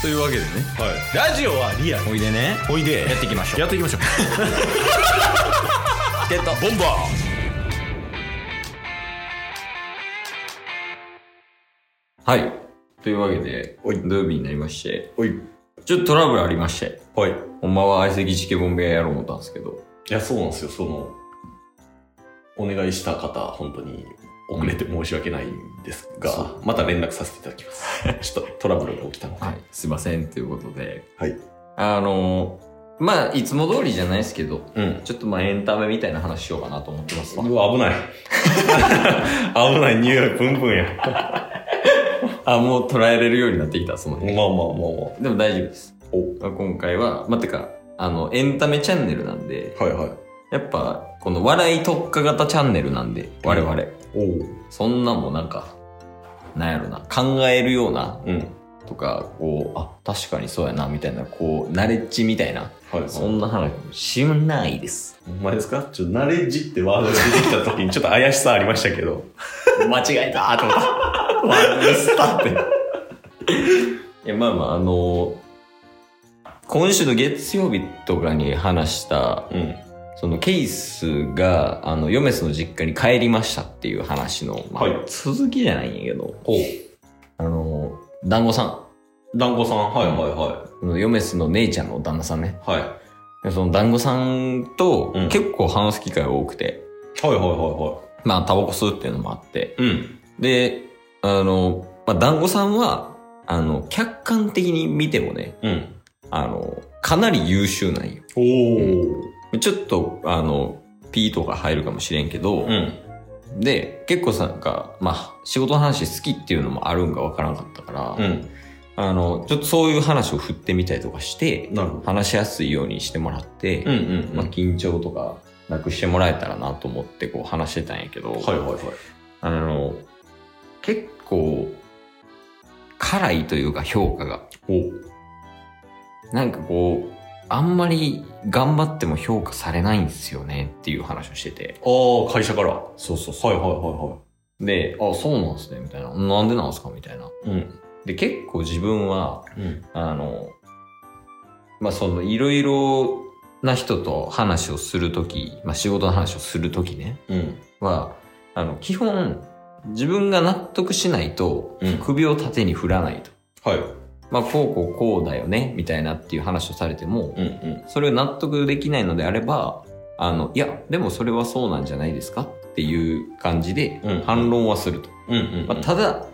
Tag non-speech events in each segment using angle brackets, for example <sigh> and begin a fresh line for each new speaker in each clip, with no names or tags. というわけでね
はい、ラジオはリアル
おいでね
おいで
やっていきましょう
やっていきましょう
ってた
ボンバ
はいというわけで土曜日になりましてちょっとトラブルありまして
ーはい
ほんまは相席チケボン部屋やろう思ったんですけど
いやそうなんですよそのお願いした方本当に遅れて申し訳ないんです
そ
が、また連絡させていただきますちょっとトラブルが起きたので
はいすいませんということで
はい
あのー、まあいつも通りじゃないですけど
うん
ちょっとまあエンタメみたいな話しようかなと思ってますわ
うわ危ない <laughs> 危ない匂いプンプンや
あもう捉えれるようになってきたその
まあ
辺
まあまあまあ
でも大丈夫です
お
今回はまあ、てかあのエンタメチャンネルなんで
はいはい
やっぱこの笑い特化型チャンネルなんで我々、
おう
そんなもんなんかなんやろな考えるような
うん
とかこうあ確かにそうやなみたいなこうナレッジみたいな
はい
そんな話しないです
お前ですかちょっとナレッジってワードが出てきた時にちょっと怪しさありましたけ <laughs> ど
間違えた <laughs> ーと思ったワンミスタっていやまあまああの今週の月曜日とかに話した
うん
そのケイスがあのヨメスの実家に帰りましたっていう話の、まあ
はい
続きじゃないんやけど
おう
あの団子さ
団子さんはいは
んそのヨメスの姉ちゃんの旦那さんね
いはいはい
でその団子さんと
うん
結構話す機会が多くて、
はいはいは
まあタバコ吸うっていうのもあって
いはいうん
であの、まあ、団子さんはあの客観的に見てもね
うん
あのかなり優秀なんよ
おお
ちょっとあの P とか入るかもしれんけど、
うん
で、結構さ、なんか、まあ、仕事の話好きっていうのもあるんかわからんかったから、
うん
あの、ちょっとそういう話を振ってみたりとかして、
なるほど
話しやすいようにしてもらって、
うんうんうん
まあ、緊張とかなくしてもらえたらなと思ってこう話してたんやけど、
はいはいはい
あの、結構、辛いというか評価が、
お
なんかこう、あんまり頑張っても評価されないんですよねっていう話をしてて。
ああ、会社から。は
そうそうそ
いはいは
で、あ、そうなんすね、みたいな。なんでなんすかみたいな。
いはい。うん。
で、結構自分は、
うん。
あの、まあ、その、いろいろな人と話をするとき、まあ、仕事の話をするときね、
うん。
は、あの、基本、自分が納得しないと、
うん
首を縦に振らないと。
はい。
まあ、こうこうこうだよね、みたいなっていう話をされても、
うんうん。
それを納得できないのであれば、あの、いや、でもそれはそうなんじゃないですかっていう感じで
うん、
反論はすると。
うんうん。
まあ、ただ、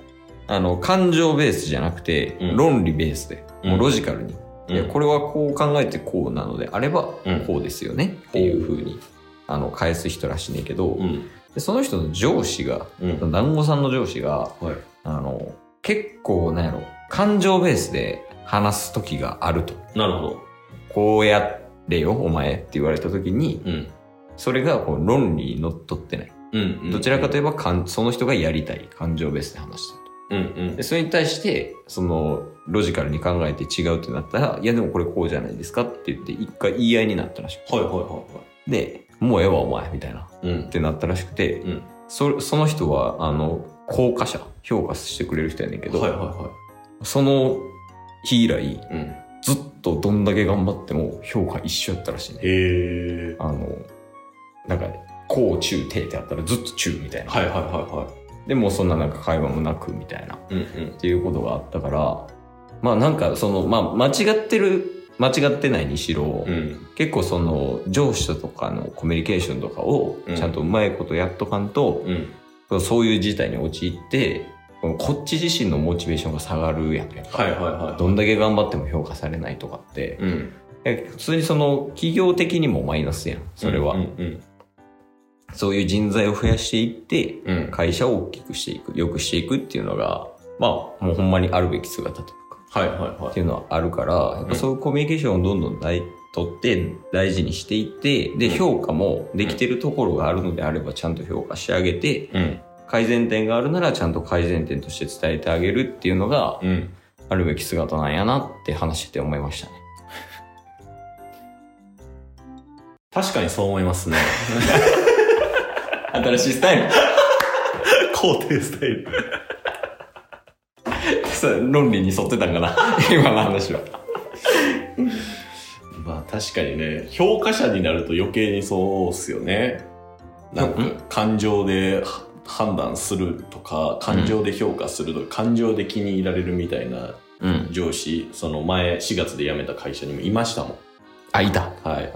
あの、感情ベースじゃなくて、
うん
論理ベースで、もうロジカルに、
うん
いや、これはこう考えてこうなのであれば
うん、
こうですよね、っていう風に、あの、返す人らしいねんけど、
うん。
でその人の上司が、
うん。
団子さんの上司が、
はい。
あの、結構、なんやろ、感情ベースで話す時があると。
なるほど。
こうやれよ、お前って言われた時に、
うん。
それがこう論理にのっとってない。
うん、
どちらかと
い
いえば、かんその人がやりたい感情ベースで話してる。
うと。うんうん
で。それに対してそのロジカルに考えて違うってなったら「いやでもこれこうじゃないですか」って言って一回言い合いになったらしく
はいはいは
てで「もうええわお前」みたいなっ
いはい。うん。
てなったらしくて、
うん
そその人はあの効果者評価してくれる人やねんけど、
はいはいは
その日以来
い。うん。
ずっとどんだけ頑張っても評価一緒やったらしいね
へえ。
あのなんか高中低ってあったらずっと中みたいな、
はいはいは
でもうそんななんか会話もなくみたいない
はい。うんうん。
っていうことがあったからまあなんかその、まあ、間違ってる間違ってないにしろ、
うん。
結構その上司ととかのコミュニケーションとかを
うん
ちゃんとうまいことやっとかんと、
うん。
そういう事態に陥ってこっち自身のモチベーションが下がるやんやっぱ
はいはいは
どんだけ頑張っても評価されないとかって
い。うん。
え普通にその企業的にもマイナスやんそれは、
うんうん。
そういう人材を増やしていって
うん。
会社を大きくしていく良くしていくっていうのがまあもうほんまにあるべき姿というか
はいはい
っ
は
ていうのはあるから、やっぱそういうコミュニケーションをどんどん大取って大事にしていって、で、評価もできてるところがあるのであればちゃんと評価してあげて、
い。うん。
改善点があるならちゃんと改善点として伝えてあげるっていうのが
うん。
あるべき姿なんやなって話してて思いましたね。
確かにそう思います <laughs> ね。
新しいスタイル <laughs>
肯定スタイル。
さ論理に沿ってたんかな <laughs> 今の話は
まあ確かにね、評価者になると余計にそうっすよね。なんか
うん
感情では判断するとか、感情で評価するとか、感情で気に入られるみたいな
うん
上司、その前4月で辞めた会社にもいましたもん。
あいた、
はい。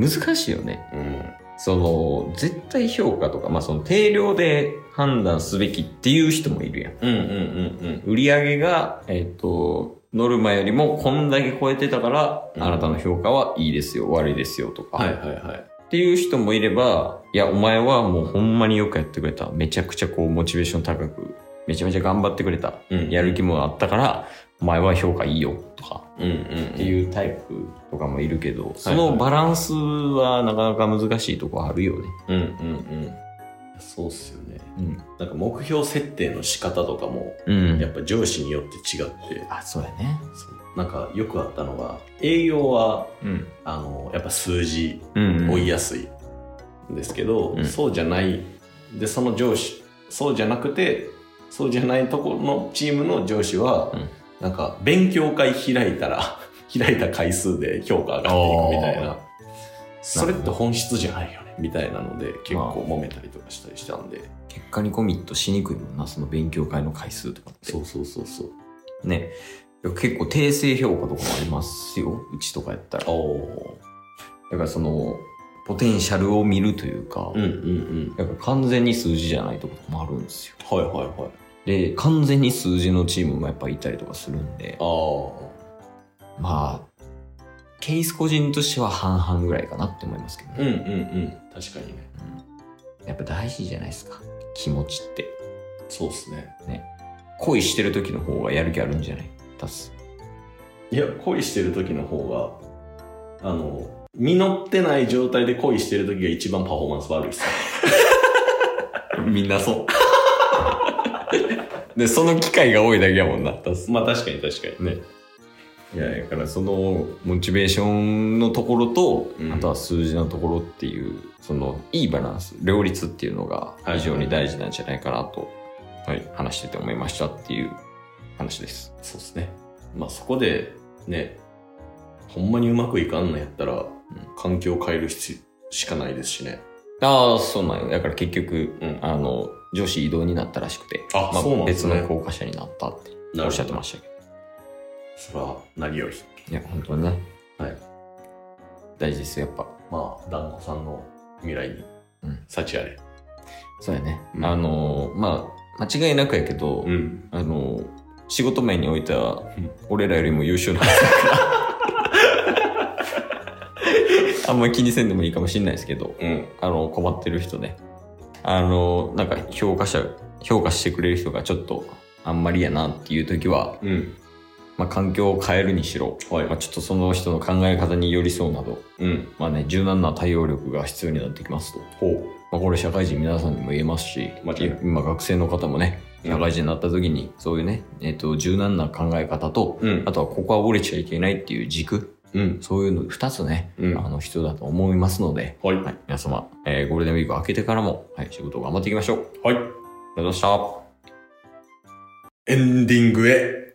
うん、難しいよね
うん。
その絶対評価とか、まあ、その定量で判断すべきっていう人もいるやん
うんうんうん
売り上げが、えっ、と、ノルマよりもこんだけ超えてたから、
うん
あなたの評価はいいですよ、悪いですよとか、
うん。はいはいはい。
っていう人もいれば、いや、お前はもうほんまによくやってくれた。めちゃくちゃこう、モチベーション高く、めちゃめちゃ頑張ってくれた。
うん
やる気もあったから、お前は評価いいよとか、
うんうん
っ
う
て
ん。
いうタイプとかもいるけど、そのバランスはなかなか難しいとこあるよね。
うんうんうん。そうっすよね。
うん。
なんか目標設定の仕方とかも、
うん。
やっぱ上司によって違って、
あ、そうやね。
そうなんかよくあったのが、営業は、
うん。
あの、やっぱ数字
うん。
追いやすいんですけど、
うん
そうじゃないでその上司そうじゃなくてそうじゃないところのチームの上司は、
うん
なんか勉強会開いたら <laughs> 開いた回数で評価上がっていくみたい
あ
なそれって本質じゃないよねみたいなので結構揉めたりとかしたりしたんで、
結果にコミットしにくいもんな、その勉強会の回数とかって。
そうそうそうそう
ね。いや結構定性評価とかもありますよ。うちとかやったら。だ
お
からその、ポテンシャルを見るというか、
うんうんうん
だから完全に数字じゃないとこともあるんですよ。
はいはいはい
で、完全に数字のチームもやっぱいたりとかするんで、
あ
まあ、ケース個人としては半々ぐらいかなって思いますけど
あうん
ね。
うんうん確かにね
やっぱ大事じゃないですか。気持ちって。
そうっすね
恋してる時の方がやる気あるんじゃない出す。
いや恋してる時の方があの実ってない状態で恋してる時が一番パフォーマンス悪いっす
みんな <laughs> そう。で、その機会が多いだけやもんな。出す。
<laughs> まあ確かに確かに
ね。いや、だからそのモチベーションのところと、
うん
あとは数字のところっていう、そのいいバランス、両立っていうのが非常に大事なんじゃないかなと、はい、話してて思いましたっていう話です。
そうっすねまあそこでねほんまにうまくいかんのやったら、環境を変える必要しかないですしね
ああ、そうなんよ。だから結局、
うん
あの、上司異動になったらしくて、
あ
ま
そうなんです
別
ね
の候補者になったって
なるほど
おっしゃってましたけど。
それは何より
いや、本当にね。
はい
大事ですよ、やっぱ。
まあ団子さんの未来に
うん
幸あれ
そうやね。
うん
あの、まあ、間違いなくやけど、
ん
あの、仕事面においては
うん、
俺らよりも優秀なはずだ
<laughs>
から。あんまり気にせんでもいいかもしれないですけど、
うん
あの、困ってる人ね。あの、なんか評価者、評価してくれる人がちょっと、あんまりやなっていう時は、
うん
まあ、環境を変えるにしろ、
はい
まあ、ちょっとその人の考え方に寄り添うなど、
うん
まあね、柔軟な対応力が必要になってきますと。
ほう
まあ、これ社会人皆さんにも言えますし
間違いない
今学生の方もね
うん
社会人になった時にそういうね、えっと柔軟な考え方と、
うん
あとはここは折れちゃいけないっていう軸
うん
そういうの2つね、
うん
あの必要だと思いますので、
はい
はい、皆様、えーゴールデンウィーク明けてからも、はい、仕事を頑張っていきましょうあり
はい
がとうございました
エンディングへ